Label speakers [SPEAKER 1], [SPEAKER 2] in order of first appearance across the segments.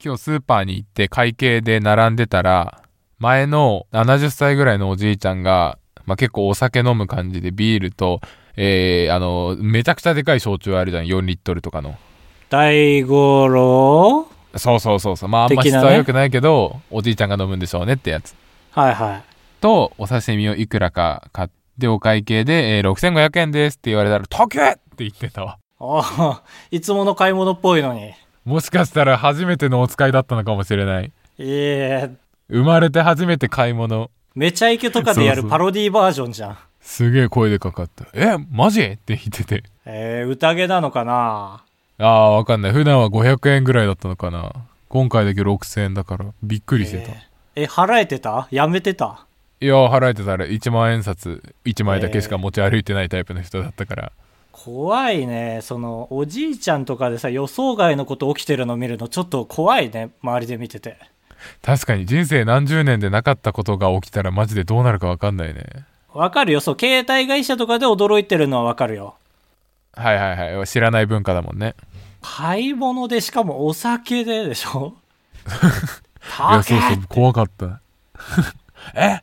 [SPEAKER 1] 今日スーパーに行って会計で並んでたら、前の70歳ぐらいのおじいちゃんが、まあ、結構お酒飲む感じでビールと、えー、あの、めちゃくちゃでかい焼酎あるじゃん、4リットルとかの。
[SPEAKER 2] 大五郎
[SPEAKER 1] そうそうそうそう。まあ、あんま質
[SPEAKER 2] 的なね
[SPEAKER 1] は良くないけど、おじいちゃんが飲むんでしょうねってやつ。
[SPEAKER 2] はいはい。
[SPEAKER 1] と、お刺身をいくらか買って、お会計で、えー6500円ですって言われたら、高えって言ってたわ。
[SPEAKER 2] おーいつもの買い物っぽいのに。
[SPEAKER 1] もしかしたら初めてのお使いだったのかもしれない。
[SPEAKER 2] いえ、
[SPEAKER 1] 生まれて初めて買い物。
[SPEAKER 2] めちゃイケとかでやるパロディバージョンじゃん。
[SPEAKER 1] すげえ声でかかった。え、マジって言ってて。
[SPEAKER 2] えー、宴なのかな
[SPEAKER 1] ああ、わかんない。普段は500円ぐらいだったのかな。今回だけ6000円だから、びっくりしてた。
[SPEAKER 2] えーえ払えてたやめてた
[SPEAKER 1] いやー、払えてたら1万円札1枚だけしか持ち歩いてないタイプの人だったから。
[SPEAKER 2] 怖いねそのおじいちゃんとかでさ予想外のこと起きてるの見るのちょっと怖いね周りで見てて
[SPEAKER 1] 確かに人生何十年でなかったことが起きたらマジでどうなるかわかんないね。
[SPEAKER 2] わかるよそう携帯会社とかで驚いてるのはわかるよ
[SPEAKER 1] はいはいはい。知らない文化だもんね。
[SPEAKER 2] 買い物でしかもお酒でで しょ
[SPEAKER 1] い
[SPEAKER 2] 高
[SPEAKER 1] や、
[SPEAKER 2] っ
[SPEAKER 1] そうそう、怖かった。 え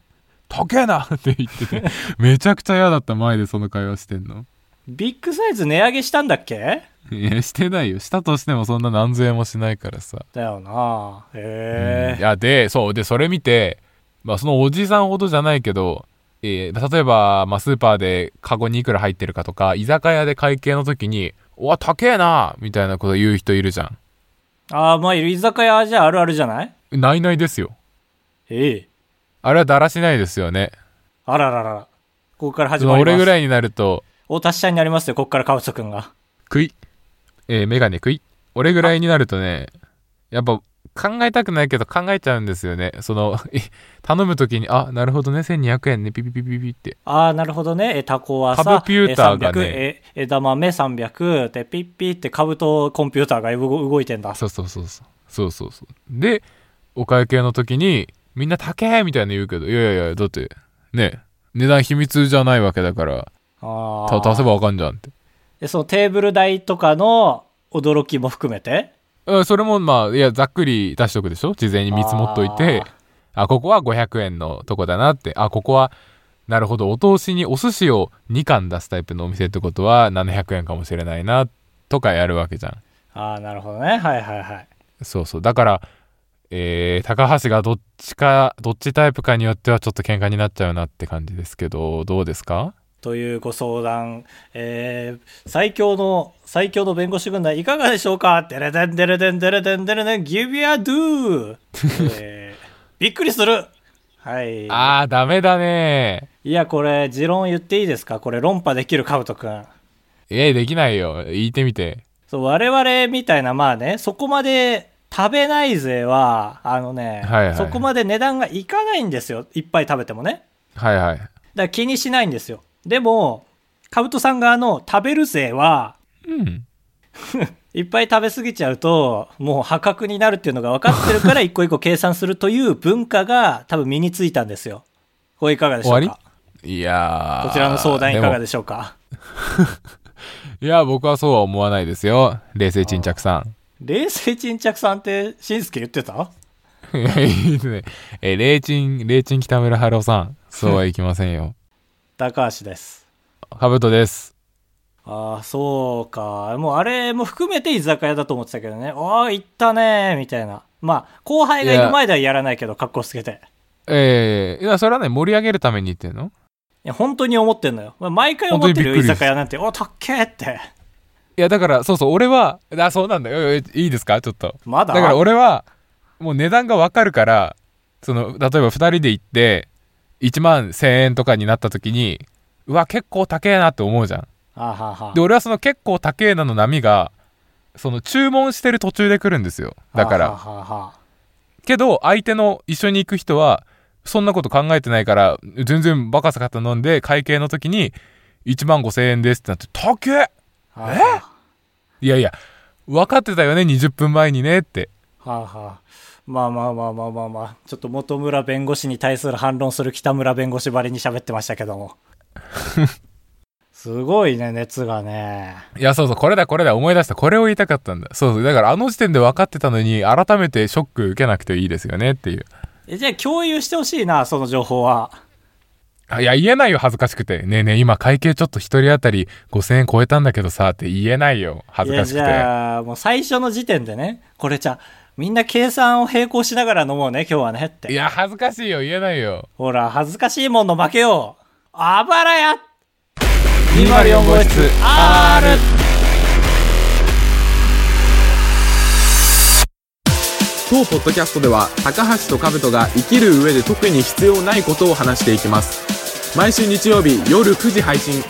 [SPEAKER 1] 高えなって言ってて。めちゃくちゃ嫌だった前でその会話してんの。
[SPEAKER 2] ビッグサイズ値上げしたんだっけ
[SPEAKER 1] いや、してないよ。したとしてもそんな何千円もしないからさ。
[SPEAKER 2] だよな
[SPEAKER 1] うんい
[SPEAKER 2] へえ
[SPEAKER 1] やでそうでそれ見て、まあ、そのおじさんほどじゃないけど、えー例えば、まあ、スーパーでカゴにいくら入ってるかとか居酒屋で会計の時に「うわ高えな」みたいなこと言う人いるじゃ
[SPEAKER 2] あーまあ居酒屋じゃあるあるじゃない
[SPEAKER 1] んないないですよ
[SPEAKER 2] ええ
[SPEAKER 1] あれはだらしないですよね
[SPEAKER 2] あららららここから
[SPEAKER 1] そ
[SPEAKER 2] 始
[SPEAKER 1] の
[SPEAKER 2] まります
[SPEAKER 1] 俺ぐ
[SPEAKER 2] い
[SPEAKER 1] らいになると
[SPEAKER 2] お達者になりますよここから川瀬くんが
[SPEAKER 1] 「食い」えー、メガネ食い俺ぐらいになるとねやっぱ考えたくないけど考えちゃうんですよねその 頼む時に「あなるほどね1200円ねピピピピピ」って
[SPEAKER 2] ああ、なるほどね。え、タコはさ、
[SPEAKER 1] 株ピューターがね
[SPEAKER 2] え、300え枝豆300、で、ピッピって株とコンピューターが動動いてんだ。
[SPEAKER 1] そうそうそうそうそうそうそうでお会計の時にみんな高えみたいな言うけどいやいやいやだってね値段秘密じゃないわけだから
[SPEAKER 2] あ
[SPEAKER 1] た
[SPEAKER 2] あ。
[SPEAKER 1] 足せばわかんじゃんって
[SPEAKER 2] で、そのテーブル代とかの驚きも含めて。
[SPEAKER 1] うんそれもまあいやざっくり出しとくでしょ事前に見積もっといてあここは500円のとこだなってあここはなるほどお通しにお寿司を2貫出すタイプのお店ってことは700円かもしれないなとかやるわけじゃん
[SPEAKER 2] ああ、なるほどね。はいはいはい。
[SPEAKER 1] そうそう。だから、えー高橋がどっちか、どっちタイプかによってはちょっと喧嘩になっちゃうなって感じですけど、どうですか
[SPEAKER 2] というご相談、えー、最強の、最強の弁護士軍団いかがでしょうかデレデンデレデンデレデンデレデン、ギブアドゥえー、 びっくりするはい。
[SPEAKER 1] あー、ダメだね
[SPEAKER 2] いや、これ、持論言っていいですかこれ論破できるカブトくん。
[SPEAKER 1] えー、できないよ。言ってみて。
[SPEAKER 2] そう我々みたいなまあねそこまで食べない税はあのね、
[SPEAKER 1] はいはい
[SPEAKER 2] そこまで値段がいかないんですよいっぱい食べてもね
[SPEAKER 1] はいはい。
[SPEAKER 2] だから気にしないんですよでもカブトさん側の食べる税は
[SPEAKER 1] うん。
[SPEAKER 2] いっぱい食べ過ぎちゃうともう破格になるっていうのが分かって るから一個一個計算するという文化が多分身についたんですよこれいかがでしょう
[SPEAKER 1] 終わ
[SPEAKER 2] か
[SPEAKER 1] いやー。
[SPEAKER 2] こちらの相談いかがで
[SPEAKER 1] し
[SPEAKER 2] しょうか
[SPEAKER 1] いや、僕はそうは思わないですよ。冷静沈着さん。
[SPEAKER 2] 冷静沈着さんってしんすけ言ってた
[SPEAKER 1] いやいいですね。 えー、冷沈、冷沈北村春夫さん。そうはいきません よ。
[SPEAKER 2] 高橋です
[SPEAKER 1] かぶとです。
[SPEAKER 2] ああ、そうか。もうあれも含めて居酒屋だと思ってたけどね。ああ、行ったねー、みたいな。まあ、後輩がいる前ではやらないけど、格好つけて。
[SPEAKER 1] えー、いや、それはね、盛り上げるために言ってんの
[SPEAKER 2] いや、本当に思ってんのよ。まあ、毎回思ってる
[SPEAKER 1] 本当に
[SPEAKER 2] よ、
[SPEAKER 1] びっく
[SPEAKER 2] 居
[SPEAKER 1] りです
[SPEAKER 2] 酒屋なんて。お、たっけーって。
[SPEAKER 1] いやだからそうそう俺はあそうなんだよいいいですかちょっと
[SPEAKER 2] まだ
[SPEAKER 1] だから俺はもう値段がわかるからその例えば2人で行って1万1000円とかになった時にうわ結構高えなって思うじゃん
[SPEAKER 2] あーはーはー
[SPEAKER 1] で俺はその結構高えなの波がその注文してる途中で来るんですよだか
[SPEAKER 2] あー
[SPEAKER 1] ら
[SPEAKER 2] はーはーはー
[SPEAKER 1] けど相手の一緒に行く人はそんなこと考えてないから全然バカさかった飲んで会計の時に1万5000円ですってなって高え
[SPEAKER 2] はーはー
[SPEAKER 1] いやいや、分かってたよね、20分前にねって。
[SPEAKER 2] はあはあまあまあまあまあまあまあちょっと本村弁護士に対する反論する北村弁護士ばりに喋ってましたけどもすごいね、熱がね。
[SPEAKER 1] いや、そうそう、これだ、これだ、思い出した。これを言いたかったんだ。そうそう。だから、あの時点で分かってたのに、改めてショック受けなくていいですよねっていう。
[SPEAKER 2] え、じゃあ共有してほしいな、その情報は。
[SPEAKER 1] あいや、言えないよ、恥ずかしくて。ねえねえ、今、会計ちょっと一人当たり5000円超えたんだけどさ、って言えないよ、恥ずかしく
[SPEAKER 2] いや、じ
[SPEAKER 1] て。
[SPEAKER 2] ゃあ、もう最初の時点でね、これじゃあみんな計算を並行しながら飲もうね、今日はねっ
[SPEAKER 1] い
[SPEAKER 2] て。
[SPEAKER 1] や、恥ずかしいよ、言えないよ。
[SPEAKER 2] ほら、恥ずかしいもんの負けよう。あばらや
[SPEAKER 1] 204号室
[SPEAKER 2] R!
[SPEAKER 3] 当ポッドキャストでは高橋と兜が生きる上で特に必要ないことを話していきます毎週日曜日夜9時配信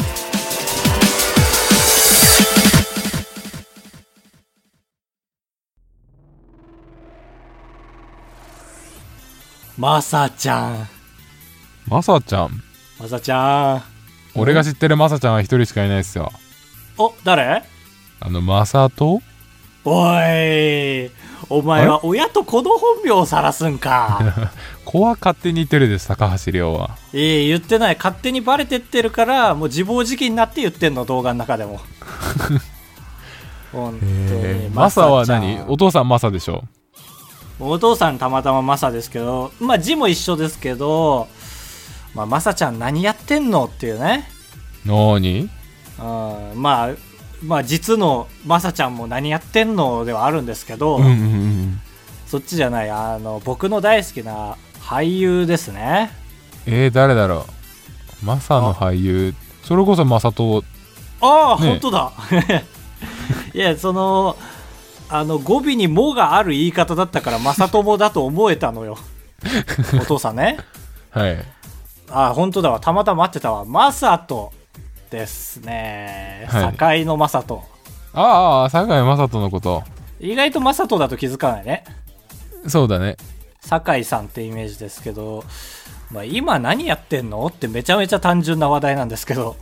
[SPEAKER 2] まさちゃん。
[SPEAKER 1] まさちゃん。
[SPEAKER 2] まさちゃん。
[SPEAKER 1] 俺が知ってるまさちゃんは一人しかいないですよ。
[SPEAKER 2] お、誰
[SPEAKER 1] あの、まさと
[SPEAKER 2] おい。お前は親と子の本名を晒す んか。
[SPEAKER 1] 子は勝手に言ってるです、高橋亮は。
[SPEAKER 2] ええ言ってない。勝手にバレてってるから、もう自暴自棄になって言ってんの、動画の中で も。本当に。
[SPEAKER 1] マサは何
[SPEAKER 2] まさちゃん
[SPEAKER 1] お父さんマサでしょ
[SPEAKER 2] お父さんたまたまマサですけど、まあ字も一緒ですけど、まあマサちゃん何やってんのっていうね。
[SPEAKER 1] なーに
[SPEAKER 2] うん、まあ、まあ実のマサちゃんも何やってんのではあるんですけど、
[SPEAKER 1] うんうんうん。
[SPEAKER 2] そっちじゃない、あの、僕の大好きな俳優ですね。
[SPEAKER 1] えー、誰だろうマサの俳優。それこそマサと、
[SPEAKER 2] ああ、
[SPEAKER 1] ねえ
[SPEAKER 2] 本当だ。いや、その、あの、語尾にもがある言い方だったから、マサ友だと思えた のよ。お父さんね。
[SPEAKER 1] はい。
[SPEAKER 2] あ、本当だわ。たまたま待ってたわ。マサトですね。
[SPEAKER 1] はい
[SPEAKER 2] 堺のマサト。
[SPEAKER 1] ああああ、坂井雅人のこと。
[SPEAKER 2] 意外とマサトだと気づかないね。
[SPEAKER 1] そうだね。
[SPEAKER 2] 堺さんってイメージですけど、まあ、今何やってんのってめちゃめちゃ単純な話題なんですけど。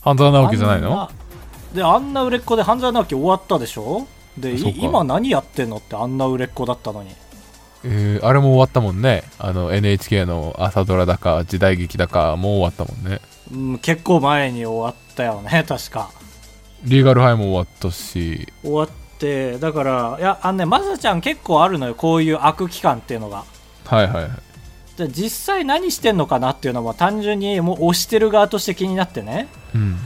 [SPEAKER 1] 半沢直樹じゃないの
[SPEAKER 2] あんで、あんな売れっ子で半沢直樹終わったでしょで、い
[SPEAKER 1] そうか
[SPEAKER 2] 今何やってんのってあんな売れっ子だったのに。
[SPEAKER 1] えー、あれも終わったもんね。あの、NHK の朝ドラだか、時代劇だか、もう終わったもんね。
[SPEAKER 2] うん、結構前に終わったよね、 確か。
[SPEAKER 1] リーガルハイも終わったし、
[SPEAKER 2] 終わって、だから、いや、あのね、まさちゃん結構あるのよ、こういう悪期間っていうのが。
[SPEAKER 1] はいはいはい。
[SPEAKER 2] で実際何してんのかなっていうのは単純にもう推してる側として気になってね。
[SPEAKER 1] うん。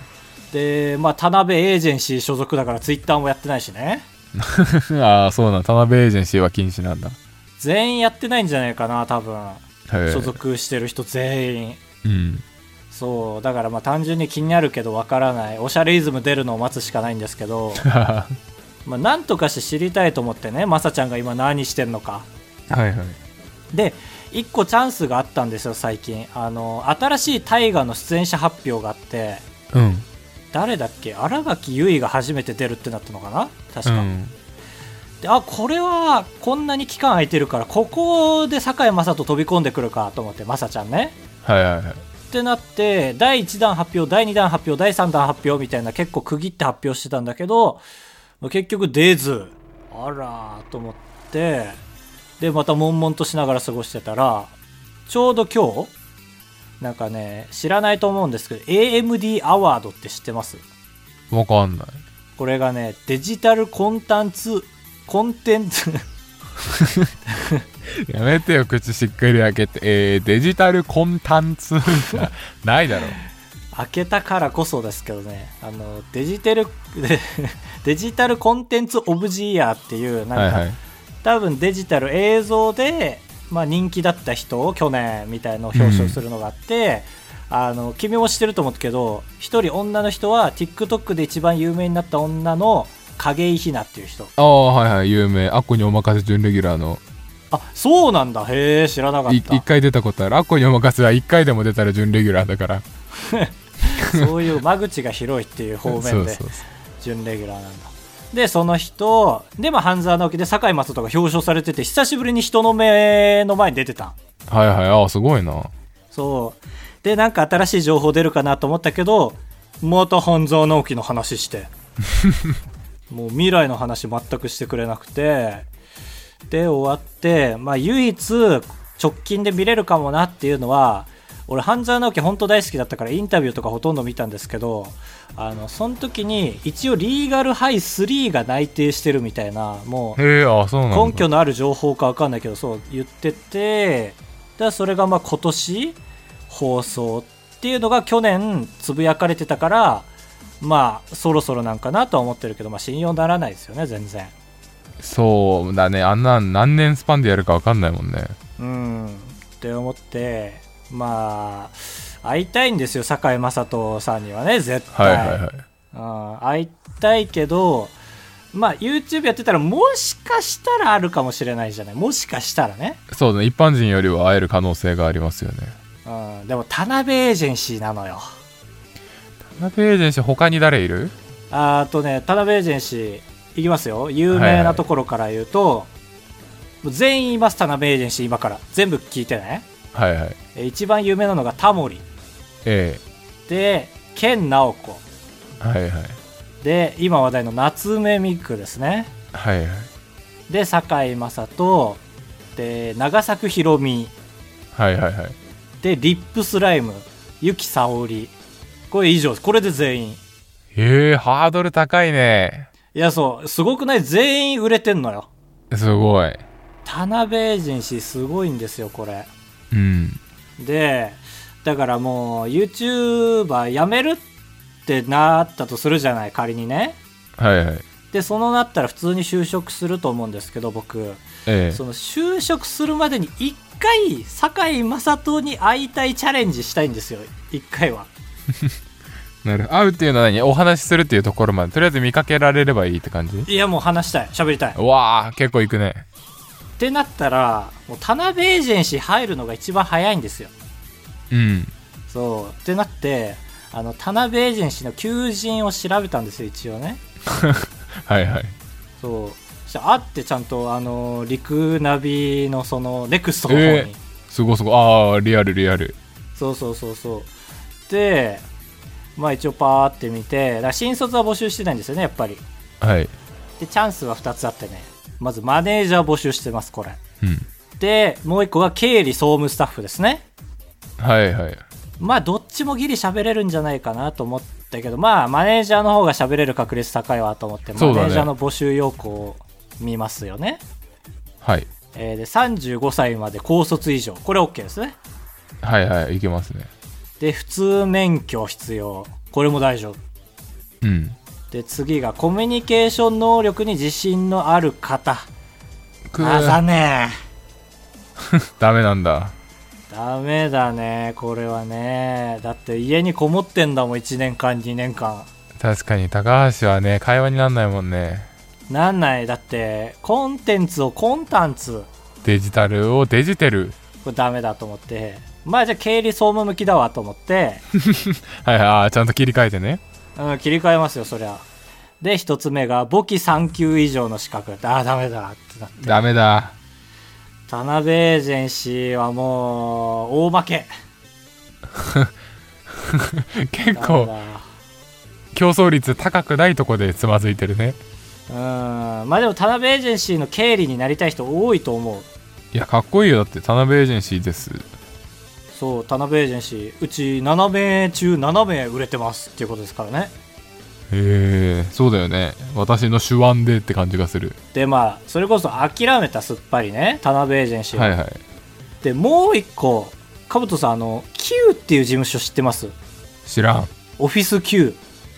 [SPEAKER 2] で、まあ、田辺エージェンシー所属だからツイッターもやってないしね。
[SPEAKER 1] ああ、そうなん。田辺エージェンシーは禁止なんだ。
[SPEAKER 2] 全員やってないんじゃないかな、多分。
[SPEAKER 1] はい。
[SPEAKER 2] 所属してる人全員。
[SPEAKER 1] うん。
[SPEAKER 2] そう、だからまあ単純に気になるけどわからない。おしゃれイズム出るのを待つしかないんです けど、
[SPEAKER 1] は
[SPEAKER 2] まあなんとかして知りたいと思ってね、まさちゃんが今何してんのか。
[SPEAKER 1] いはい。
[SPEAKER 2] で、一個チャンスがあったんですよ、最近。あの、新しい大河の出演者発表があって、
[SPEAKER 1] うん。
[SPEAKER 2] 誰だっけ新垣結衣が初めて出るってなったのかな確
[SPEAKER 1] う
[SPEAKER 2] か、
[SPEAKER 1] ん。
[SPEAKER 2] であこれはこんなに期間空いてるからここで堺雅人飛び込んでくるかと思って雅ちゃんね
[SPEAKER 1] はいはいはい。
[SPEAKER 2] ってなって第1弾発表第2弾発表第3弾発表みたいな結構区切って発表してたんだけど結局出ずあらーと思ってでまた悶々としながら過ごしてたらちょうど今日なんかね知らないと思うんですけど AMD アワードって知ってます
[SPEAKER 1] わかんない。
[SPEAKER 2] これがねデジタルコンタンツコンテンツ
[SPEAKER 1] やめてよ、口しっかり開けて。えー、デジタルコンタン ツないだろ。
[SPEAKER 2] 開けたからこそですけどねあのデジタル デジタルコンテンツオブジーヤーっていうなんか、
[SPEAKER 1] はいはい。
[SPEAKER 2] 多分デジタル映像で、まあ、人気だった人を去年みたいのを表彰するのがあって、あの君も知ってると思うけど一人女の人は TikTok で一番有名になった女の景井ひなっていう人
[SPEAKER 1] ああ、はいはい、有名。アッコにお任せ準レギュラーの。
[SPEAKER 2] あそうなんだへえ知らなかっ
[SPEAKER 1] い一
[SPEAKER 2] た
[SPEAKER 1] 回出たことある。アッコにお任せは一回でも出たら準レギュラーだから。
[SPEAKER 2] そういう間口が広いっていう方
[SPEAKER 1] そ
[SPEAKER 2] 面
[SPEAKER 1] う
[SPEAKER 2] で
[SPEAKER 1] そうそう。
[SPEAKER 2] 準レギュラーなんだでその人で、まあ、半沢直樹で堺雅人が表彰されてて久しぶりに人の目の前に出てた
[SPEAKER 1] はいはい、ああ、すごいな。
[SPEAKER 2] そう。で、なんか新しい情報出るかなと思ったけど、また半沢直樹の話して。もう未来の話全くしてくれなくて。で、終わって、まあ唯一直近で見れるかもなっていうのは、俺半沢直樹本当大好きだったからインタビューとかほとんど見たんですけどあのその時に一応リーガルハイ3が内定してるみたいなもう
[SPEAKER 1] へえあそうなんだ
[SPEAKER 2] 根拠のある情報か分かんないけどそう言っててでそれがまあ今年放送っていうのが去年つぶやかれてたからまあそろそろなんかなとは思ってるけど、まあ、信用ならないですよね全然
[SPEAKER 1] そうだねあんなん何年スパンでやるか分かんないもんね
[SPEAKER 2] うんって思ってまあ会いたいんですよ堺雅人さんにはね絶
[SPEAKER 1] は
[SPEAKER 2] 対、
[SPEAKER 1] いはいはい
[SPEAKER 2] うん会いたいけどまあ YouTube やってたらもしかしたらあるかもしれないじゃないもしかしたらね
[SPEAKER 1] そうだね一般人よりは会える可能性がありますよね
[SPEAKER 2] うん、でも田辺エージェンシーなのよ
[SPEAKER 1] 田辺エージェンシー他に誰いる
[SPEAKER 2] あーとね田辺エージェンシーいきますよ有
[SPEAKER 1] はい
[SPEAKER 2] 名
[SPEAKER 1] は
[SPEAKER 2] ないところから言うと、もう全員います田辺エージェンシー今から全部聞いてね
[SPEAKER 1] はいはい
[SPEAKER 2] えー一番有名なのがタモリ
[SPEAKER 1] え
[SPEAKER 2] で健直子
[SPEAKER 1] えはいはい
[SPEAKER 2] で今話題の夏目ミクですね
[SPEAKER 1] はいはい
[SPEAKER 2] で堺雅人で長作ひろみ
[SPEAKER 1] はいはいはい
[SPEAKER 2] でリップスライムゆきさおりこれ以上ですこれで全員
[SPEAKER 1] へえハードル高いね
[SPEAKER 2] いやそうすごくない全員売れてんのよ
[SPEAKER 1] すごい
[SPEAKER 2] 田辺エージェンシーすごいんですよこれ
[SPEAKER 1] うん
[SPEAKER 2] でだからもう YouTuber 辞めるってなったとするじゃない仮にね
[SPEAKER 1] はいはい
[SPEAKER 2] でそのなったら普通に就職すると思うんですけど僕
[SPEAKER 1] え
[SPEAKER 2] その就職するまでに一回堺雅人に会いたいチャレンジしたいんですよ一回は
[SPEAKER 1] えなる会うっていうのは何お話しするっていうところまでとりあえず見かけられればいいって感じ
[SPEAKER 2] いやもう話したい喋りたいっ
[SPEAKER 1] うわあ結構いくね
[SPEAKER 2] てなったらもう田辺エージェンシー入るのが一番早いんですよ
[SPEAKER 1] うん
[SPEAKER 2] そうってなってあの田辺エージェンシーの求人を調べたんですよ一応ね
[SPEAKER 1] はいはい
[SPEAKER 2] そうそしたらあってちゃんとあの陸ナビのそのネクストの方に、
[SPEAKER 1] えーすごいすごいああリアルリアル
[SPEAKER 2] そうそうそうそうでまあ一応パーって見てだから新卒は募集してないんですよねやっぱり
[SPEAKER 1] はい
[SPEAKER 2] でチャンスは2つあってねまずマネージャー募集してますこれ
[SPEAKER 1] うん
[SPEAKER 2] でもう1個が経理総務スタッフですね
[SPEAKER 1] はいはい
[SPEAKER 2] まあどっちもギリ喋れるんじゃないかなと思ったけどまあマネージャーの方が喋れる確率高いわと思って、
[SPEAKER 1] そ
[SPEAKER 2] マ
[SPEAKER 1] うだね
[SPEAKER 2] ネージャーの募集要項を見ますよね、
[SPEAKER 1] はい
[SPEAKER 2] えーで35歳まで高卒以上これ OK ですね
[SPEAKER 1] はいはいいけますね
[SPEAKER 2] で普通免許必要これも大丈夫
[SPEAKER 1] うん
[SPEAKER 2] で次がコミュニケーション能力に自信のある方
[SPEAKER 1] く
[SPEAKER 2] あ
[SPEAKER 1] ー
[SPEAKER 2] だね
[SPEAKER 1] ダメなんだ
[SPEAKER 2] ダメだねこれはねだって家にこもってんだもん1年間2年間
[SPEAKER 1] 確かに高橋はね会話になんないもんね
[SPEAKER 2] なんないだってコンテンツをコンタンツ
[SPEAKER 1] デジタルをデジテル
[SPEAKER 2] これダメだと思ってまあじゃあ経理総務向きだわと思って、
[SPEAKER 1] はいはいあーちゃんと切り替えてね
[SPEAKER 2] うん、切り替えますよそりゃで一つ目が簿記3級以上の資格あーダメだってなって
[SPEAKER 1] ダメだ
[SPEAKER 2] 田辺エージェンシーはもう大負け
[SPEAKER 1] 結
[SPEAKER 2] ダメ
[SPEAKER 1] 構
[SPEAKER 2] だ
[SPEAKER 1] 競争率高くないとこでつまずいてるね
[SPEAKER 2] うんまあでも田辺エージェンシーの経理になりたい人多いと思う
[SPEAKER 1] いやかっこいいよだって田辺エージェンシーです
[SPEAKER 2] そう田辺エージェンシーうち7名中7名売れてますっていうことですからね
[SPEAKER 1] へえそうだよね私の手腕でって感じがする
[SPEAKER 2] でまあそれこそ諦めたすっぱりね田辺エージェンシーは
[SPEAKER 1] はいはい
[SPEAKER 2] でもう一個かぶとさんあの Q っていう事務所知ってます
[SPEAKER 1] 知らん
[SPEAKER 2] オフィス Q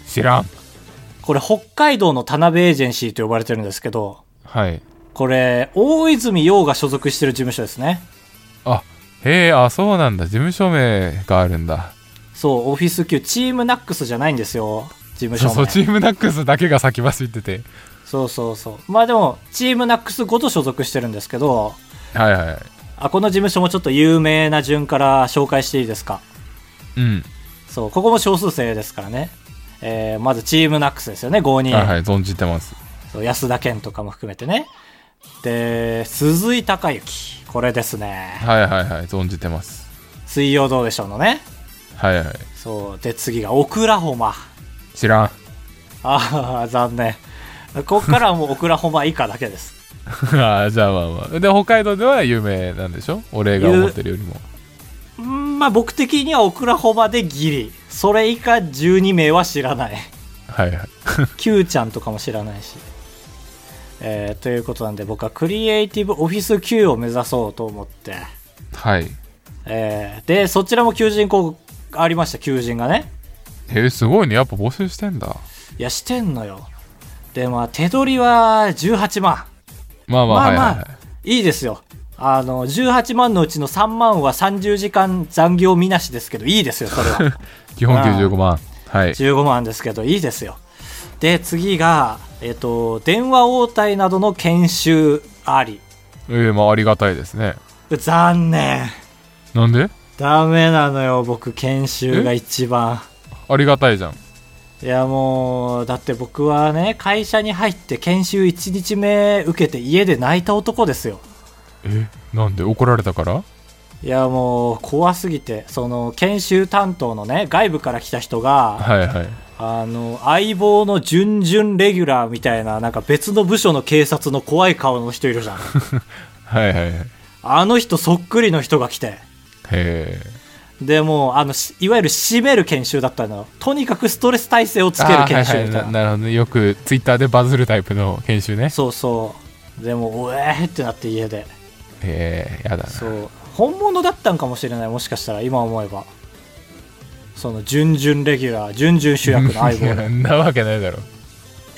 [SPEAKER 1] 知らん
[SPEAKER 2] これ北海道の田辺エージェンシーと呼ばれてるんですけど
[SPEAKER 1] はい
[SPEAKER 2] これ大泉洋が所属してる事務所ですね
[SPEAKER 1] あへえあそうなんだ事務所名があるんだ
[SPEAKER 2] そうオフィス Q チームナックスじゃないんですよ事務所
[SPEAKER 1] そう
[SPEAKER 2] 名
[SPEAKER 1] そうチームナックスだけが先走ってて
[SPEAKER 2] そうそうそうまあでもチームナックスごと所属してるんですけど
[SPEAKER 1] はいはいはい
[SPEAKER 2] あこの事務所もちょっと有名な順から紹介していいですか
[SPEAKER 1] うん
[SPEAKER 2] そうここも少数生ですからね、えーまずチームナックスですよね5人、
[SPEAKER 1] はいはい存じてます
[SPEAKER 2] そう安田健とかも含めてねで鈴井孝之これですね
[SPEAKER 1] はいはいはい存じてます
[SPEAKER 2] 水曜どうでしょうのね
[SPEAKER 1] はいはい
[SPEAKER 2] そうで次がオクラホマ
[SPEAKER 1] 知らん
[SPEAKER 2] ああ残念ここからはもうオクラホマ以下だけです
[SPEAKER 1] あーじゃあまあまあで北海道では有名なんでしょ俺が思ってるよりも
[SPEAKER 2] うーんまあ僕的にはオクラホマでギリそれ以下12名は知らない
[SPEAKER 1] はいはい
[SPEAKER 2] Q ちゃんとかも知らないし、えーということなんで僕はクリエイティブオフィス Q を目指そうと思って、
[SPEAKER 1] はい
[SPEAKER 2] えーでそちらも求人広告ありました求人がね
[SPEAKER 1] えーすごいねやっぱ募集してんだ
[SPEAKER 2] いやしてんのよでまあ手取りは18万
[SPEAKER 1] まあまあ
[SPEAKER 2] まあ
[SPEAKER 1] はい
[SPEAKER 2] ま
[SPEAKER 1] はい、
[SPEAKER 2] あ、
[SPEAKER 1] はい
[SPEAKER 2] い、いですよあの18万のうちの3万は30時間残業みなしですけどいいですよそれは
[SPEAKER 1] 基本給15万はい
[SPEAKER 2] 15万ですけどいいですよで次が、えっと電話応対などの研修あり
[SPEAKER 1] えー、まあありがたいですね
[SPEAKER 2] 残念
[SPEAKER 1] なんで
[SPEAKER 2] ダメなのよ僕研修が一番
[SPEAKER 1] ありがたいじゃん
[SPEAKER 2] いやもうだって僕はね会社に入って研修1日目受けて家で泣いた男ですよ
[SPEAKER 1] えなんで怒られたから
[SPEAKER 2] いやもう怖すぎてその研修担当のね外部から来た人が
[SPEAKER 1] はいはい
[SPEAKER 2] あの相棒の準々レギュラーみたいななんか別の部署の警察の怖い顔の人いるじゃん
[SPEAKER 1] はいはいはいへ
[SPEAKER 2] あの人そっくりの人が来て
[SPEAKER 1] え
[SPEAKER 2] でもうあのしいわゆる締める研修だったのよとにかくストレス耐性をつける研修みたいな,、
[SPEAKER 1] あーはいはいななるほどねよくツイッターでバズるタイプの研修ね
[SPEAKER 2] そうそうでもうえーってなって家で
[SPEAKER 1] へえやだな
[SPEAKER 2] そう本物だったんかもしれないもしかしたら今思えばその準々レギュラー準々主役の相棒
[SPEAKER 1] い
[SPEAKER 2] の
[SPEAKER 1] やんなわけないだろ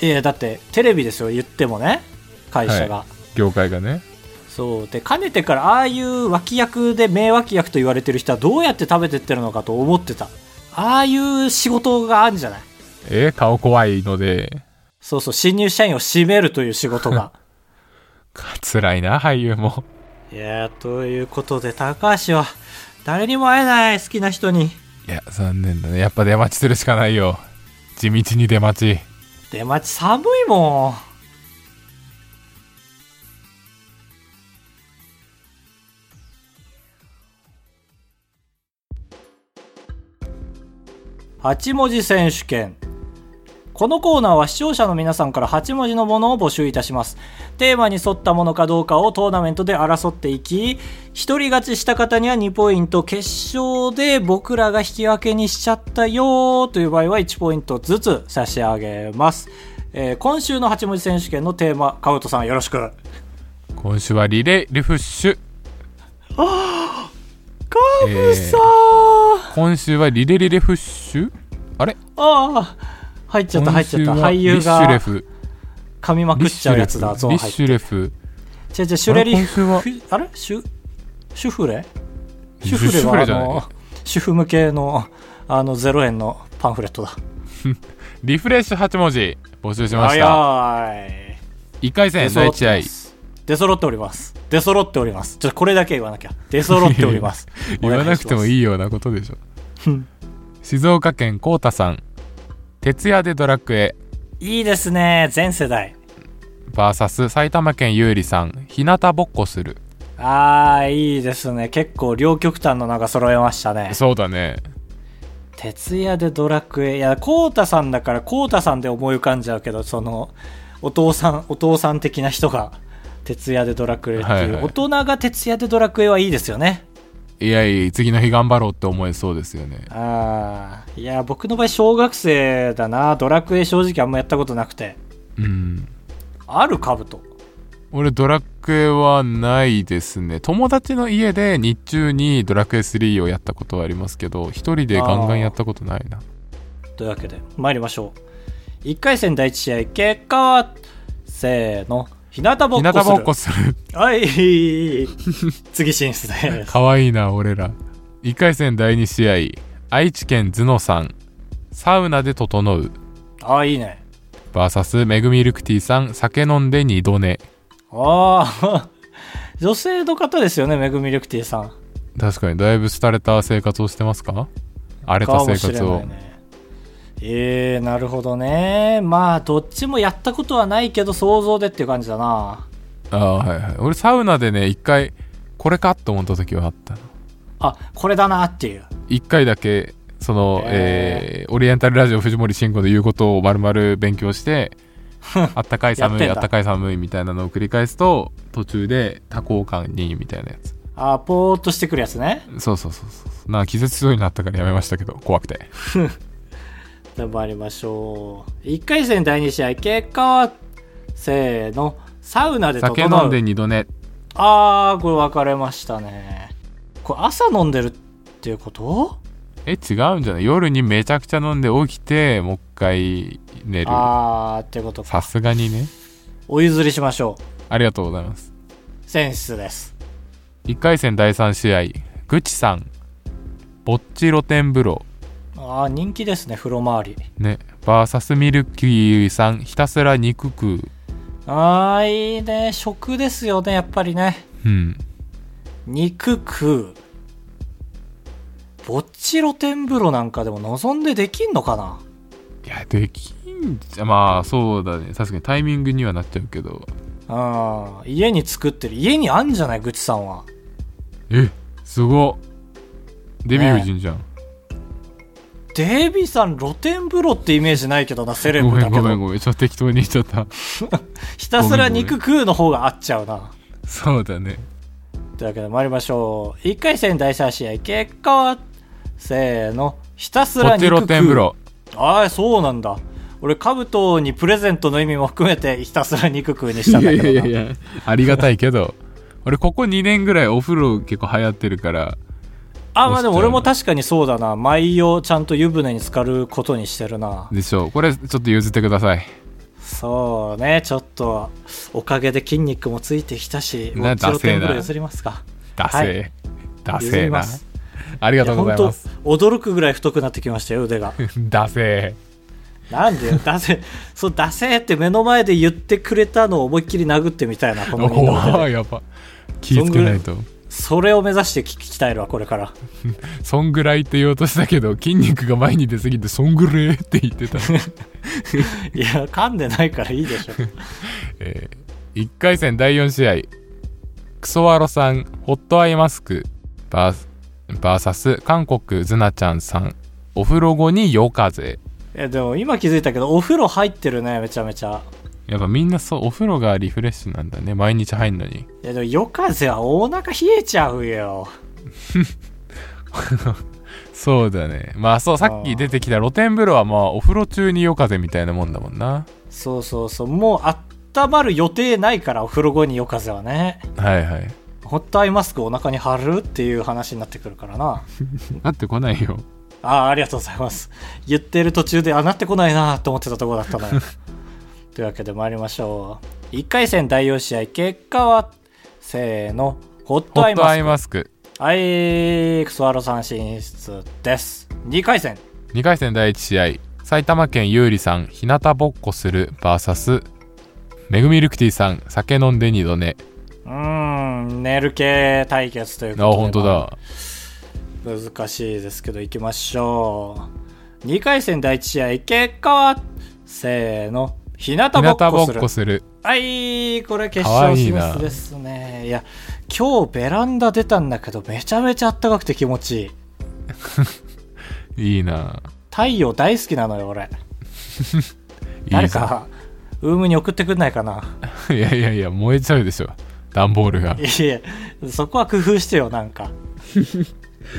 [SPEAKER 2] いやだってテレビですよ言ってもね会社が、
[SPEAKER 1] は業界がね
[SPEAKER 2] そうでかねてからああいう脇役で名脇役と言われてる人はどうやって食べてってるのかと思ってたああいう仕事があるんじゃない
[SPEAKER 1] えー顔怖いので
[SPEAKER 2] そうそう新入社員を占めるという仕事が
[SPEAKER 1] か辛いな俳優も
[SPEAKER 2] いやーということで高橋は誰にも会えない好きな人に
[SPEAKER 1] いや残念だねやっぱ出待ちするしかないよ地道に出待ち
[SPEAKER 2] 出待ち寒いもん8文字選手権このコーナーは視聴者の皆さんから8文字のものを募集いたしますテーマに沿ったものかどうかをトーナメントで争っていき一人勝ちした方には2ポイント決勝で僕らが引き分けにしちゃったよーという場合は1ポイントずつ差し上げます、えー今週の8文字選手権のテーマカウトさんよろしくカ
[SPEAKER 1] 今週はリレーリフッシュ
[SPEAKER 2] ブさん、
[SPEAKER 1] 今週はリレリレフッシュあれ
[SPEAKER 2] ああ入っちゃった入っちゃった
[SPEAKER 1] 今週は
[SPEAKER 2] 俳優
[SPEAKER 1] ビッシュレ
[SPEAKER 2] が
[SPEAKER 1] フ
[SPEAKER 2] 噛みまくっちゃうやつだゾー
[SPEAKER 1] ビ
[SPEAKER 2] ン
[SPEAKER 1] ッ
[SPEAKER 2] 入っ
[SPEAKER 1] シュレフ
[SPEAKER 2] 違う違うシュレ
[SPEAKER 1] あ
[SPEAKER 2] リ
[SPEAKER 1] れ今週は
[SPEAKER 2] ふあれシュシュフレシ
[SPEAKER 1] シ
[SPEAKER 2] ュ
[SPEAKER 1] ュ
[SPEAKER 2] フレは
[SPEAKER 1] シ
[SPEAKER 2] あ
[SPEAKER 1] ュフレじゃない
[SPEAKER 2] の主婦向けのあの0円のパンフレットだ
[SPEAKER 1] リフレッシュ8文字募集しまし
[SPEAKER 2] 早
[SPEAKER 1] た
[SPEAKER 2] い
[SPEAKER 1] 1回戦第1試合
[SPEAKER 2] ます出揃っております出揃っておりますちょっとこれだけ言わなきゃ出揃っております
[SPEAKER 1] 言わなくても
[SPEAKER 2] い
[SPEAKER 1] いいようなことでしょ
[SPEAKER 2] うん
[SPEAKER 1] 静岡県こうたさん徹夜でドラクエ
[SPEAKER 2] いいですね全世代
[SPEAKER 1] VS 埼玉県優里さん日向ぼっこする
[SPEAKER 2] あーいいですね結構両極端の中揃えましたね
[SPEAKER 1] そうだね
[SPEAKER 2] 徹夜でドラクエいやコウタさんだからコウタさんで思い浮かんじゃうけどそのお父さんお父さん的な人が徹夜でドラクエっていう、
[SPEAKER 1] はいはい
[SPEAKER 2] 大人が徹夜でドラクエはいいですよね
[SPEAKER 1] いやいや次の日頑張ろうって思えそうですよね
[SPEAKER 2] ああいや僕の場合小学生だなドラクエ正直あんまやったことなくて
[SPEAKER 1] うん
[SPEAKER 2] あるかぶと
[SPEAKER 1] 俺ドラクエはないですね友達の家で日中にドラクエ3をやったことはありますけど一人でガンガンやったことないな
[SPEAKER 2] というわけで参りましょう1回戦第1試合結果はせーの日向ぼ
[SPEAKER 1] 日
[SPEAKER 2] っこ
[SPEAKER 1] 向
[SPEAKER 2] す
[SPEAKER 1] ぼっ
[SPEAKER 2] る
[SPEAKER 1] こする
[SPEAKER 2] はい次進出で す
[SPEAKER 1] かわいいな俺ら1回戦第2試合愛知県頭脳さんサウナで整う
[SPEAKER 2] ああいいね
[SPEAKER 1] VS めぐみルクティさん酒飲んで二度寝
[SPEAKER 2] ああ 女性の方ですよねめぐみルクティさん
[SPEAKER 1] 確かにだいぶ廃れた生活をしてますか荒れた
[SPEAKER 2] か
[SPEAKER 1] 生
[SPEAKER 2] もしれ
[SPEAKER 1] 活
[SPEAKER 2] な
[SPEAKER 1] を、
[SPEAKER 2] いねえー、なるほどねまあどっちもやったことはないけど想像でっていう感じだな
[SPEAKER 1] ああはいはい俺サウナでね一回これかと思った時はあった
[SPEAKER 2] あこれだなっていう
[SPEAKER 1] 一回だけその、え
[SPEAKER 2] へ
[SPEAKER 1] ーオリエンタルラジオ藤森慎吾の言うことをまるまる勉強して あったかい
[SPEAKER 2] やっ
[SPEAKER 1] 寒
[SPEAKER 2] てん
[SPEAKER 1] い
[SPEAKER 2] だ
[SPEAKER 1] あったかい寒いみたいなのを繰り返すと途中で多幸感にみたいなやつ
[SPEAKER 2] あーぽーっとしてくるやつね
[SPEAKER 1] そうそうそうそうなんか気絶しそうになったからやめましたけど怖くて
[SPEAKER 2] 頑張りましょう1回戦第2試合結果はせーのサウナで整
[SPEAKER 1] 酒飲ん
[SPEAKER 2] う
[SPEAKER 1] で二度寝
[SPEAKER 2] あーこれ分かれましたねこれ朝飲んでるっていうこと
[SPEAKER 1] え違うんじゃない夜にめちゃくちゃ飲んで起きてもう一回寝る
[SPEAKER 2] あーっていうこと
[SPEAKER 1] さ
[SPEAKER 2] か
[SPEAKER 1] すがにね
[SPEAKER 2] お譲りしましょ
[SPEAKER 1] ありがとうございます
[SPEAKER 2] うセンスです
[SPEAKER 1] 1回戦第3試合ぐちさんぼっち露天風呂
[SPEAKER 2] あー人気ですね風呂回り
[SPEAKER 1] ねバーサスミルキーさんひたすら肉食う
[SPEAKER 2] あーいいね食ですよねやっぱりね
[SPEAKER 1] うん
[SPEAKER 2] 肉食うぼっち露天風呂なんかでも望んでできんのかない
[SPEAKER 1] やできんじゃまあそうだね確かにタイミングにはなっちゃうけど
[SPEAKER 2] うん家に作ってる家にあんじゃないぐちさんは
[SPEAKER 1] えすごっデヴィ夫人じゃん、
[SPEAKER 2] デイビーさん露天風呂ってイメージないけどなセレ
[SPEAKER 1] ご
[SPEAKER 2] ブ
[SPEAKER 1] めん
[SPEAKER 2] だけ
[SPEAKER 1] ごめん
[SPEAKER 2] ど
[SPEAKER 1] ごめんちょっと適当に言っちゃった
[SPEAKER 2] ひたすら肉食うの方が合っちゃうな
[SPEAKER 1] そうだね
[SPEAKER 2] というわけで参りましょう1回戦第3試合結果はせーのひたす
[SPEAKER 1] ぼ
[SPEAKER 2] ら
[SPEAKER 1] っち
[SPEAKER 2] 肉
[SPEAKER 1] 露
[SPEAKER 2] 食
[SPEAKER 1] 天風
[SPEAKER 2] う
[SPEAKER 1] 呂
[SPEAKER 2] ああそうなんだ俺カブトにプレゼントの意味も含めてひたすら肉食うにし
[SPEAKER 1] い
[SPEAKER 2] たん
[SPEAKER 1] や
[SPEAKER 2] だ
[SPEAKER 1] い
[SPEAKER 2] けど
[SPEAKER 1] や
[SPEAKER 2] ない
[SPEAKER 1] やいやありがたいけど俺ここ2年ぐらいお風呂結構流行ってるから
[SPEAKER 2] あまあでも
[SPEAKER 1] 押しちゃうな
[SPEAKER 2] 俺も確かにそうだな毎夜ちゃんと湯船に浸かることにしてるな
[SPEAKER 1] でしょうこれちょっと譲ってください
[SPEAKER 2] そうねちょっとおかげで筋肉もついてきたし
[SPEAKER 1] な
[SPEAKER 2] もちろん
[SPEAKER 1] ダセーな
[SPEAKER 2] 天風呂譲りますか
[SPEAKER 1] ダセー、ダ
[SPEAKER 2] 譲
[SPEAKER 1] セー
[SPEAKER 2] りま
[SPEAKER 1] な
[SPEAKER 2] す
[SPEAKER 1] あり
[SPEAKER 2] い
[SPEAKER 1] が
[SPEAKER 2] や
[SPEAKER 1] とうご
[SPEAKER 2] 本
[SPEAKER 1] ざい
[SPEAKER 2] 当
[SPEAKER 1] ます
[SPEAKER 2] 驚くぐらい太くなってきましたよ腕が
[SPEAKER 1] ダセ
[SPEAKER 2] なんでよダセーそうダセーって目の前で言ってくれたのを思いっきり殴ってみたいなこ
[SPEAKER 1] ー
[SPEAKER 2] の人
[SPEAKER 1] おおやば気ぃつけないと
[SPEAKER 2] それを目指して鍛えるわこれから
[SPEAKER 1] そんぐらいって言おうとしたけど筋肉が前に出すぎてそんぐらいって言 ってた、
[SPEAKER 2] いや噛んでないからいいでしょ
[SPEAKER 1] え1回戦第4試合クソワロさんホットアイマスクバーバーサス韓国ズナちゃんさんお風呂後に夜風
[SPEAKER 2] いやでも今気づいたけどお風呂入ってるねめちゃめちゃ
[SPEAKER 1] やっぱみんなそうお風呂がリフレッシュなんだね毎日入んのに
[SPEAKER 2] いやでも夜風はお腹冷えちゃうよ
[SPEAKER 1] そうだねまあそうさっき出てきた露天風呂はまあお風呂中に夜風みたいなもんだもんな
[SPEAKER 2] そうそうそうもうあったまる予定ないからお風呂後に夜風はね
[SPEAKER 1] はいはい
[SPEAKER 2] ホットアイマスクをお腹に貼るっていう話になってくるからな
[SPEAKER 1] なってこないよ
[SPEAKER 2] ああありがとうございます言ってる途中であなってこないなと思ってたところだったのよ というわけで参りましょう1回戦第4試合結果はせーのホッ
[SPEAKER 1] ホ
[SPEAKER 2] トアイ
[SPEAKER 1] ット
[SPEAKER 2] マ
[SPEAKER 1] ア
[SPEAKER 2] ス
[SPEAKER 1] イ
[SPEAKER 2] ク
[SPEAKER 1] マスク
[SPEAKER 2] はいクソワロさん進出です2回戦
[SPEAKER 1] 2回戦第1試合埼玉県優里さん日向ぼっこする VS めぐみルクティさん酒飲んで二度寝
[SPEAKER 2] うーん寝る系対決ということ
[SPEAKER 1] あ
[SPEAKER 2] で
[SPEAKER 1] 本当だ
[SPEAKER 2] 難しいですけど行きましょう2回戦第1試合結果はせーの日
[SPEAKER 1] 日
[SPEAKER 2] 向ぼ
[SPEAKER 1] 向
[SPEAKER 2] っ
[SPEAKER 1] ぼ
[SPEAKER 2] こ
[SPEAKER 1] っ
[SPEAKER 2] する
[SPEAKER 1] こする
[SPEAKER 2] はいこれ決
[SPEAKER 1] かわ
[SPEAKER 2] 勝
[SPEAKER 1] いい
[SPEAKER 2] 進
[SPEAKER 1] な
[SPEAKER 2] 出ですねいや今日ベランダ出たんだけどめちゃめちゃあったかくて気持ちいい
[SPEAKER 1] いいな
[SPEAKER 2] 太陽大好きなのよ俺
[SPEAKER 1] いい
[SPEAKER 2] 誰かウームに送ってくんないかな
[SPEAKER 1] ぞいやいやいや燃えちゃうでしょ段ボールが
[SPEAKER 2] いえそこは工夫してよなんか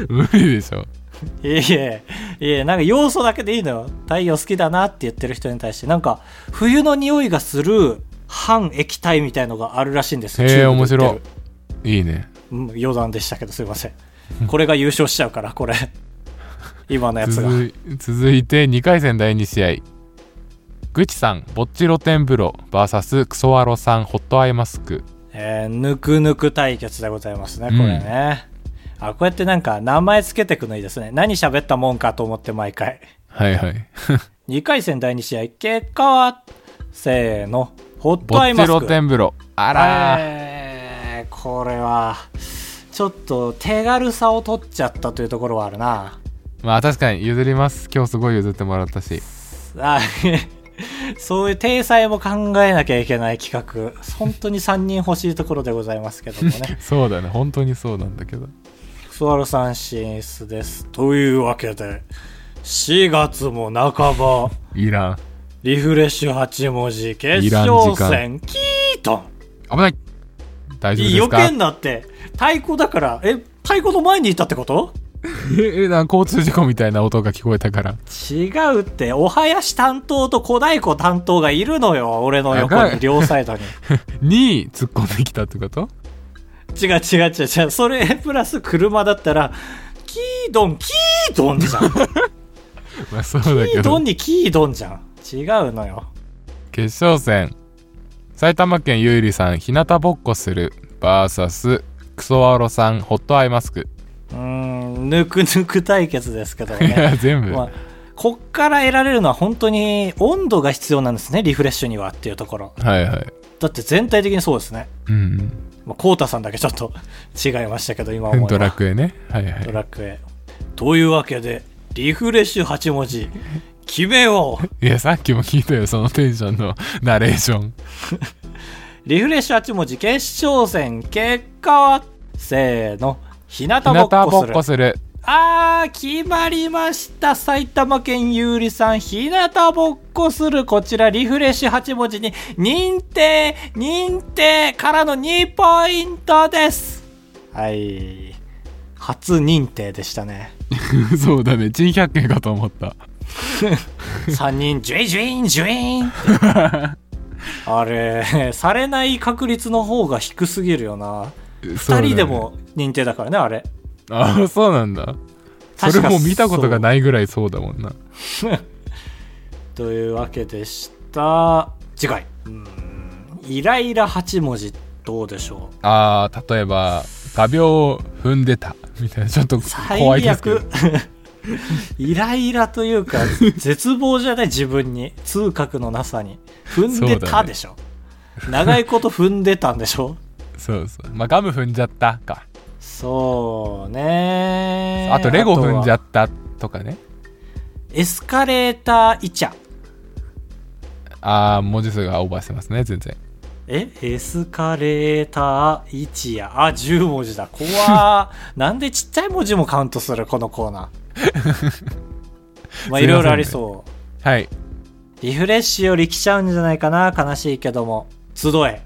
[SPEAKER 1] 無理でしょ
[SPEAKER 2] いえいえいえなんか要素だけでいいのよ太陽好きだなって言ってる人に対してなんか冬の匂いがする半液体みたいのがあるらしいんですよ
[SPEAKER 1] へえ
[SPEAKER 2] 中
[SPEAKER 1] 面
[SPEAKER 2] 国で売って
[SPEAKER 1] 白
[SPEAKER 2] る
[SPEAKER 1] いいいね
[SPEAKER 2] うん余談でしたけどすいませんこれが優勝しちゃうから これ今のやつが
[SPEAKER 1] 続い続いて2回戦第2試合ぐちさんぼっち露天風呂 VS クソワロさんホットアイマスク
[SPEAKER 2] えーぬくぬく対決でございますね、これね。あ、こうやってなんか名前つけてくのいいですね。何喋ったもんかと思って毎回。
[SPEAKER 1] はいはい
[SPEAKER 2] 2回戦第2試合、結果は、せーの、ホッ
[SPEAKER 1] ぼ
[SPEAKER 2] トア
[SPEAKER 1] っ
[SPEAKER 2] イ
[SPEAKER 1] ち
[SPEAKER 2] マスク。
[SPEAKER 1] 露天風呂あらー
[SPEAKER 2] えーこれは、ちょっと手軽さを取っちゃったというところはあるな。
[SPEAKER 1] まあ確かに譲ります今日すごい譲ってもらったし
[SPEAKER 2] あ そういう体裁も考えなきゃいけない企画。本当に3人欲しいところでございますけどもね。
[SPEAKER 1] そうだね本当にそうなんだけど
[SPEAKER 2] クソワルさん進出です。というわけで、4月も半ば、
[SPEAKER 1] いらん
[SPEAKER 2] リフレッシュ8文字、決
[SPEAKER 1] いらん時
[SPEAKER 2] 勝
[SPEAKER 1] 間
[SPEAKER 2] 戦、キートン
[SPEAKER 1] 危ない大丈夫
[SPEAKER 2] いい
[SPEAKER 1] です
[SPEAKER 2] よ
[SPEAKER 1] か
[SPEAKER 2] けんなって太鼓だからえ太鼓の前にいたってこと
[SPEAKER 1] ええなんか交通事故みたいな音が聞こえたから
[SPEAKER 2] 違うってお囃子担当と小太鼓担当がいるのよ俺の横
[SPEAKER 1] 長い
[SPEAKER 2] に両サイ ドに
[SPEAKER 1] に突っ込んできたってこと
[SPEAKER 2] 違う違う違う違うそれプラス車だったらキードンキードンじ ゃんキ
[SPEAKER 1] まあそうだけ
[SPEAKER 2] ード
[SPEAKER 1] ど
[SPEAKER 2] ンにキードンじゃん違うのよ
[SPEAKER 1] 決勝戦埼玉県ゆいりさん日向ぼっこする VS クソワロさんホットアイマスク、
[SPEAKER 2] うーんぬくぬく対決ですけど
[SPEAKER 1] い
[SPEAKER 2] ね
[SPEAKER 1] や全部、
[SPEAKER 2] まあ、こっから得られるのは本当に温度が必要なんですねリフレッシュにはっていうところ
[SPEAKER 1] はいはい
[SPEAKER 2] だって全体的にそうですね
[SPEAKER 1] うん
[SPEAKER 2] まあ、コウタさんだけちょっと違いましたけど今
[SPEAKER 1] う
[SPEAKER 2] 思え
[SPEAKER 1] ん
[SPEAKER 2] ば
[SPEAKER 1] ドラクエねはいは
[SPEAKER 2] ド
[SPEAKER 1] い
[SPEAKER 2] ラクエというわけでリフレッシュ8文字決めよう
[SPEAKER 1] いやさっきも聞いたよそのテンションのナレーション
[SPEAKER 2] リフレッシュ8文字決勝戦結果はせーの日向
[SPEAKER 1] 日
[SPEAKER 2] ぼ
[SPEAKER 1] 向
[SPEAKER 2] っこ
[SPEAKER 1] ぼ
[SPEAKER 2] す
[SPEAKER 1] っ
[SPEAKER 2] る
[SPEAKER 1] こする
[SPEAKER 2] あー決まりました埼玉県ゆうりさん日向ぼっこするこちらリフレッシュ8文字に認定認定からの2ポイントですはい初認定でしたね
[SPEAKER 1] そうだね珍百景かと思った
[SPEAKER 2] 3人ジュイジュインジュインってあれされない確率の方が低すぎるよな
[SPEAKER 1] 2
[SPEAKER 2] 2人でも認定だからねあれ
[SPEAKER 1] あそうなんだそれも見たことがないぐらいそうだもんな
[SPEAKER 2] というわけでした次回うーんイライラ8文字どうでしょう
[SPEAKER 1] あー例えば画鋲を踏んでたみたいなちょっと怖い
[SPEAKER 2] 最
[SPEAKER 1] ですけど
[SPEAKER 2] 悪イライラというか絶望じゃない自分に痛覚のなさに踏んでたでしょ、長いこと踏んでたんでしょ
[SPEAKER 1] そうそうまあガム踏んじゃったか
[SPEAKER 2] そうね
[SPEAKER 1] あとレゴ踏んじゃ
[SPEAKER 2] あとは
[SPEAKER 1] ったとかね
[SPEAKER 2] エスカレーターイチャ
[SPEAKER 1] ああ文字数がオーバーしてますね全然
[SPEAKER 2] えエスカレーター1やあ10文字だ怖ー なんでちっちゃい文字もカウントするこのコーナ ーまあ
[SPEAKER 1] すいませんね
[SPEAKER 2] いろいろありそう、
[SPEAKER 1] はい
[SPEAKER 2] リフレッシュより来ちゃうんじゃないかな悲しいけども集え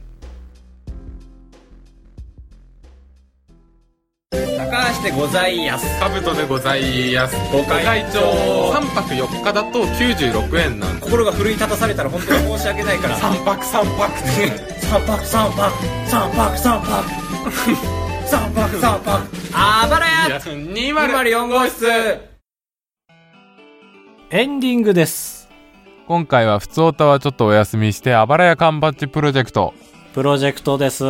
[SPEAKER 3] 高橋でございやす。カブトでございやす。ご
[SPEAKER 2] 会長
[SPEAKER 3] 3泊4日だと96円なんです。
[SPEAKER 2] 心が奮い立たされたら本当に申し訳ないから
[SPEAKER 3] 3泊3泊で。
[SPEAKER 2] 三泊三泊三泊三泊三泊三泊
[SPEAKER 3] あばらや !204 号室
[SPEAKER 2] エンディングです
[SPEAKER 1] 今回は普通オタはちょっとお休みしてあばらや缶バッジプロジェクト
[SPEAKER 2] プロジェクトです。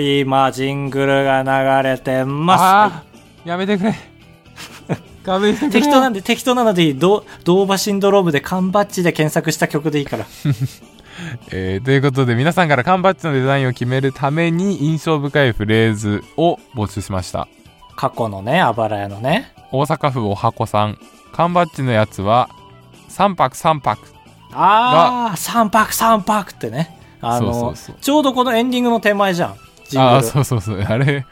[SPEAKER 2] 今、ジングルが流れてます。
[SPEAKER 1] ああやめてくれ 勘弁 してくれ
[SPEAKER 2] 適当なんで、適当なのでいい。ドドーバシンドロームで缶バッジで検索した曲でいいから。
[SPEAKER 1] えーということで皆さんから缶バッジのデザインを決めるために印象深いフレーズを募集しました
[SPEAKER 2] 過去のね、あばらやのね。
[SPEAKER 1] 大阪府おはこさん缶バッジのやつは3泊3泊
[SPEAKER 2] あー、三泊三泊ってね。あの
[SPEAKER 1] そうそうそう
[SPEAKER 2] ちょうどこのエンディングの手前じゃん。ジングル。
[SPEAKER 1] ああそうそうそうあれ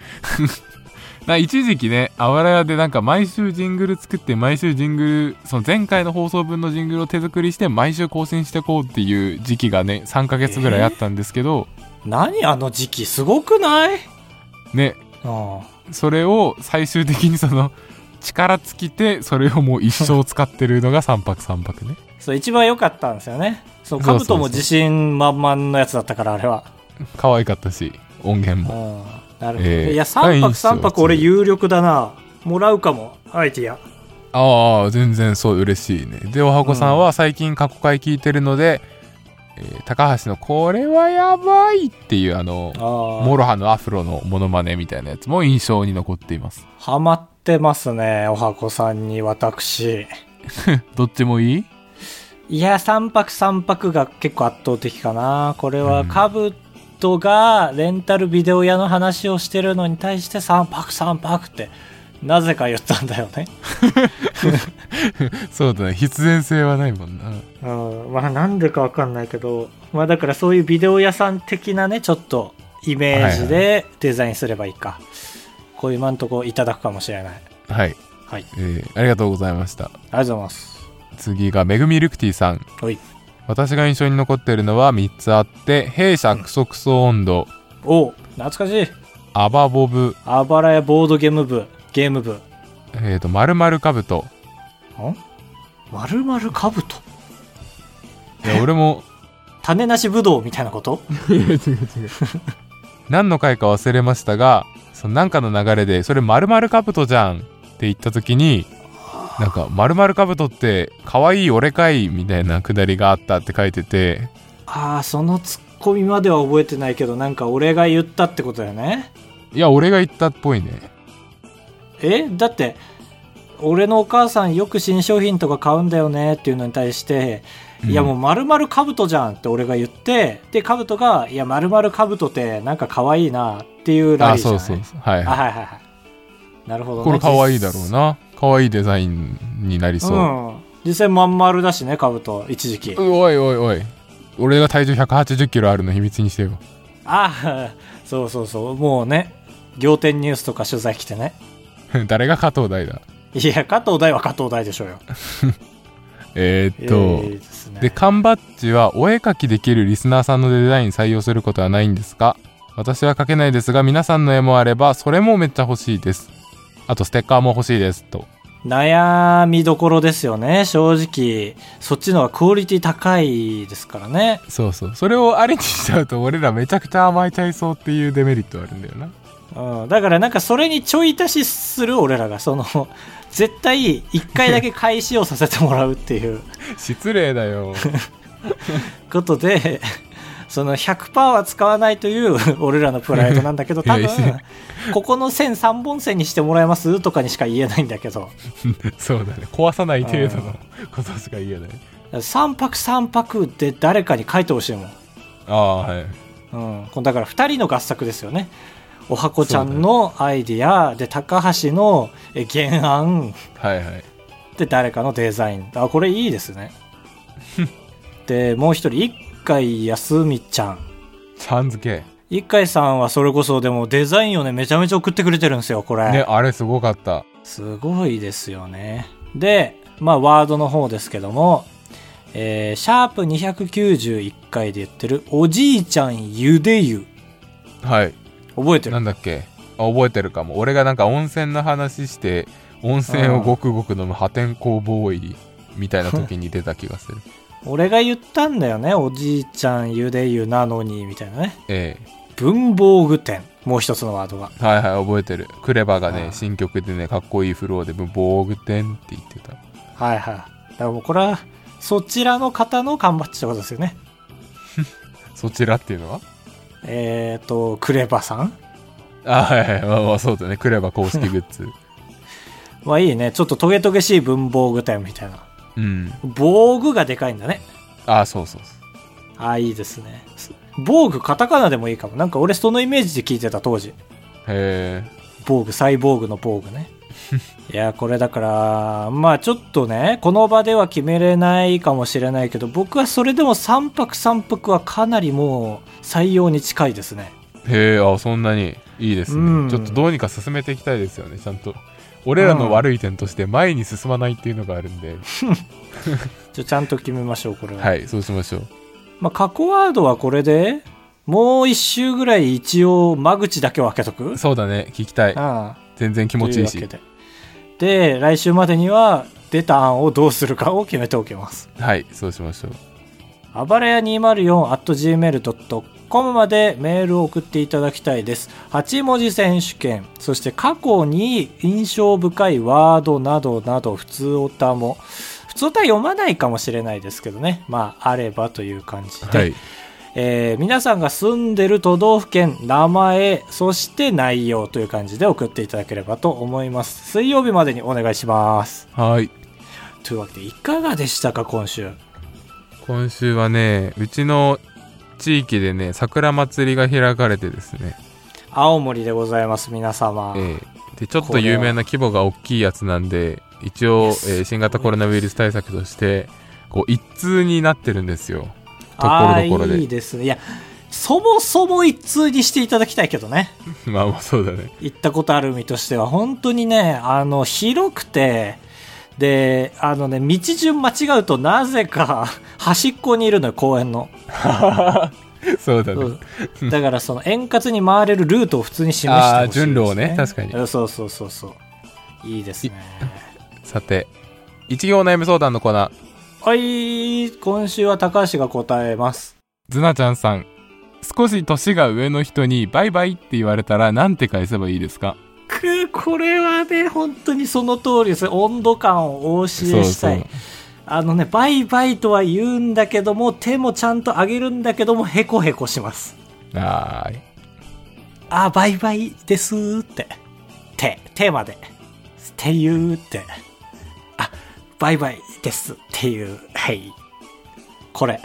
[SPEAKER 1] な一時期ねあわらやでなんか毎週ジングル作って毎週ジングルその前回の放送分のジングルを手作りして毎週更新してこうっていう時期がね3ヶ月ぐらいあったんですけど、
[SPEAKER 2] 何あの時期、すごくない
[SPEAKER 1] ね
[SPEAKER 2] うん。
[SPEAKER 1] それを最終的にその力尽きてそれをもう一生使ってるのが3泊3泊ね
[SPEAKER 2] そう、一番良かったんですよね。そ
[SPEAKER 1] そうそう
[SPEAKER 2] う、カ
[SPEAKER 1] そう
[SPEAKER 2] ブトも自信満々のやつだったから、あれは。
[SPEAKER 1] 可愛かったし音源も
[SPEAKER 2] うんなるほど。
[SPEAKER 1] えー
[SPEAKER 2] いや、3
[SPEAKER 1] はいいいっ
[SPEAKER 2] 泊
[SPEAKER 1] すよ
[SPEAKER 2] 3泊俺有力だな。もらうかも、アイディア。
[SPEAKER 1] ああ全然そう嬉しいねでおはこさんは最近過去回聞いてるので、えー高橋の「これはやばい!」っていうあの
[SPEAKER 2] あ
[SPEAKER 1] モロハのアフロのモノマネみたいなやつも印象に残っています
[SPEAKER 2] あ。ハマってますね、おはこさんに私。
[SPEAKER 1] どっちもいい
[SPEAKER 2] いや、3泊3泊が結構圧倒的かな。これ
[SPEAKER 1] う
[SPEAKER 2] は、
[SPEAKER 1] ん
[SPEAKER 2] カブトがレンタルビデオ屋の話をしてるのに対して3泊3泊って、なぜか言ったんだよね。
[SPEAKER 1] そうだね必然性はないもんな
[SPEAKER 2] うん、まあなんでかわかんないけど、まあだからそういうビデオ屋さん的なね、ちょっとイメージでデザインすればいいか。こういう今んとこいただくかもしれない。
[SPEAKER 1] はい、
[SPEAKER 2] はい。
[SPEAKER 1] えーありがとうございました
[SPEAKER 2] ありがとうございます。
[SPEAKER 1] 次がめぐみルクティさん
[SPEAKER 2] はい。
[SPEAKER 1] 私が印象に残っているのは3つあって弊社クソクソ温度、
[SPEAKER 2] おう懐かしい
[SPEAKER 1] アバボブ、
[SPEAKER 2] あばらやボードゲーム部ゲーム部ん
[SPEAKER 1] えっ、と、まるまるかぶと。
[SPEAKER 2] まるまるかぶと
[SPEAKER 1] いや、俺も、
[SPEAKER 2] 種なしぶどうみたいなこと
[SPEAKER 3] 違う違う。
[SPEAKER 1] 何の回か忘れましたが、そのなんかの流れで、それまるまるかぶとじゃんって言った時に、なんか、まるまるかぶとって、可愛い俺かいみたいなくだりがあったって書いてて、
[SPEAKER 2] ああそのツッコミまでは覚えてないけどなんか俺が言ったってことだよね
[SPEAKER 1] いや、俺が言ったっぽいね。
[SPEAKER 2] えだって俺のお母さんよく新商品とか買うんだよねっていうのに対して、いやもう丸々カブトじゃんって俺が言ってでカブトがいや丸々カブトってなんか可愛いなっていうラ
[SPEAKER 1] あ、
[SPEAKER 2] リーじゃ
[SPEAKER 1] そ
[SPEAKER 2] ないう
[SPEAKER 1] そうそう。はい、
[SPEAKER 2] あ
[SPEAKER 1] はい。
[SPEAKER 2] はいはいはいなるほど、ね、
[SPEAKER 1] これ可愛いだろうな。可愛いデザインになりそう。
[SPEAKER 2] うん実際まん丸だしねカブト一時期、あ
[SPEAKER 1] おいおいおい俺が体重180キロあるの秘密にしてよ
[SPEAKER 2] あそうそうそうもうね仰天ニュースとか取材来てね
[SPEAKER 1] 誰が加藤大だ
[SPEAKER 2] いや加藤大は加藤大でしょうよ
[SPEAKER 1] えーっと、
[SPEAKER 2] えーですね
[SPEAKER 1] で缶バッジはお絵描きできるリスナーさんのデザイン採用することはないんですか私は描けないですが皆さんの絵もあればそれもめっちゃ欲しいですあとステッカーも欲しいですと
[SPEAKER 2] 悩みどころですよね正直そっちのはクオリティ高いですからね
[SPEAKER 1] そうそうそれをありにしちゃうと俺らめちゃくちゃ甘えちゃいそうっていうデメリットあるんだよな
[SPEAKER 2] うん、だからなんかそれにちょい足しする俺らがその 絶対一回だけ開始をさせてもらうっていう
[SPEAKER 1] 失礼だよ
[SPEAKER 2] ことで その100%は使わないという俺らのプライドなんだけど多
[SPEAKER 1] い
[SPEAKER 2] 分
[SPEAKER 1] やいや
[SPEAKER 2] ここの線3本線にしてもらえますとかにしか言えないんだけど
[SPEAKER 1] そうだね壊さない程度のことしか言えない
[SPEAKER 2] 3泊3泊で誰かに書いてほしいもん
[SPEAKER 1] ああはい
[SPEAKER 2] うん、このだから2人の合作ですよねおはこちゃんのアイディア、で高橋のえ原案
[SPEAKER 1] はいはい
[SPEAKER 2] で誰かのデザインあこれいいです ねでもう一人一回休みちゃん
[SPEAKER 1] さん付け
[SPEAKER 2] 一回さんはそれこそでもデザインをねめちゃめちゃ送ってくれてるんですよこれ、
[SPEAKER 1] ねあれすごかった
[SPEAKER 2] すごいですよねでまあワードの方ですけどもえーシャープ291回で言ってるおじいちゃんゆで湯
[SPEAKER 1] はい
[SPEAKER 2] 覚えてる
[SPEAKER 1] なんだっけあ覚えてるかも俺がなんか温泉の話して温泉をごくごく飲む破天荒ボーイみたいな時に出た気がする
[SPEAKER 2] 俺が言ったんだよねおじいちゃんゆで湯なのにみたいなね
[SPEAKER 1] え
[SPEAKER 2] 文房具店もう一つのワードが
[SPEAKER 1] えはいはい覚えてるクレバが
[SPEAKER 2] あ
[SPEAKER 1] ね
[SPEAKER 2] あ
[SPEAKER 1] 新曲でねかっこいいフローで「防具店」って言ってた
[SPEAKER 2] はいはいだからもうこれはそちらの方の缶バッジってことですよね
[SPEAKER 1] そちらっていうのは
[SPEAKER 2] えっ、ー、とクレバさん
[SPEAKER 1] あはいはいまあまあそうだねクレバ公式グッ ズ
[SPEAKER 2] まあいいねちょっとトゲトゲしい文房具店みたいな
[SPEAKER 1] うん
[SPEAKER 2] 防具がでかいんだね
[SPEAKER 1] ああそうそうそう
[SPEAKER 2] ああいいですね防具カタカナでもいいかもなんか俺そのイメージで聞いてた当時
[SPEAKER 1] へ
[SPEAKER 2] 防具サイボーグの防具ねいやこれだからまあちょっとねこの場では決めれないかもしれないけど僕はそれでも3泊3泊はかなりもう採用に近いですね
[SPEAKER 1] えへえあそんなにいいです
[SPEAKER 2] うん
[SPEAKER 1] ねちょっとどうにか進めていきたいですよねちゃんと俺らの悪い点として前に進まないっていうのがあるんで
[SPEAKER 2] ちょちゃんと決めましょうこれは、
[SPEAKER 1] はい、そうしましょう。
[SPEAKER 2] まあ、過去ワードはこれでもう1周ぐらい一応間口だけを開けとく
[SPEAKER 1] そうだね、聞きたい。
[SPEAKER 2] ああ
[SPEAKER 1] 全然気持ちいいし。
[SPEAKER 2] とうわけでで来週までには出た案をどうするかを決めておきます
[SPEAKER 1] はい、そうしましょう。
[SPEAKER 2] あばらや 204.gmail.com までメールを送っていただきたいです。8文字選手権、そして過去に印象深いワードなどなど、普通オタも、普通オタ読まないかもしれないですけどね。まあ、あればという感じで。
[SPEAKER 1] はい、
[SPEAKER 2] えー皆さんが住んでる都道府県、名前、そして内容という感じで送っていただければと思います。水曜日までにお願いします。
[SPEAKER 1] はい。
[SPEAKER 2] というわけで、いかがでしたか、今週。
[SPEAKER 1] 今週はね、うちの地域でね、桜祭りが開かれてですね。
[SPEAKER 2] 青森でございます、皆様。
[SPEAKER 1] ええで、ちょっと有名な規模が大きいやつなんで、一応、え
[SPEAKER 2] いや
[SPEAKER 1] ー新型コロナウイルス対策として、こう、一通になってるんですよ。とこ
[SPEAKER 2] あ
[SPEAKER 1] ろどころ
[SPEAKER 2] あーい
[SPEAKER 1] で
[SPEAKER 2] い。ですねいやそもそも一通にしていただきたいけどね
[SPEAKER 1] まあまあ、そうだね。
[SPEAKER 2] 行ったことある身としては本当にねあの広くてであのね道順間違うとなぜか端っこにいるのよ公園の
[SPEAKER 1] そうだ
[SPEAKER 2] そ
[SPEAKER 1] ね
[SPEAKER 2] う だからその円滑に回れるルートを普通に示してほし
[SPEAKER 1] あ
[SPEAKER 2] いで
[SPEAKER 1] ー
[SPEAKER 2] す、
[SPEAKER 1] 順
[SPEAKER 2] ね、
[SPEAKER 1] 路をね確かに
[SPEAKER 2] にそうそうそうそういいですね
[SPEAKER 1] さて一行悩み相談のコーナー
[SPEAKER 2] はい今週は高橋が答えます
[SPEAKER 1] ズナちゃんさん少し年が上の人にバイバイって言われたらなんて返せばいいですか
[SPEAKER 2] くこれはね本当にその通りです温度感をお教えしたいあのねバイバイとは言うんだけども手もちゃんと上げるんだけどもへこへこします
[SPEAKER 1] あー
[SPEAKER 2] あバイバイですーって手手までっていうってあバイバイですっていうはいこれ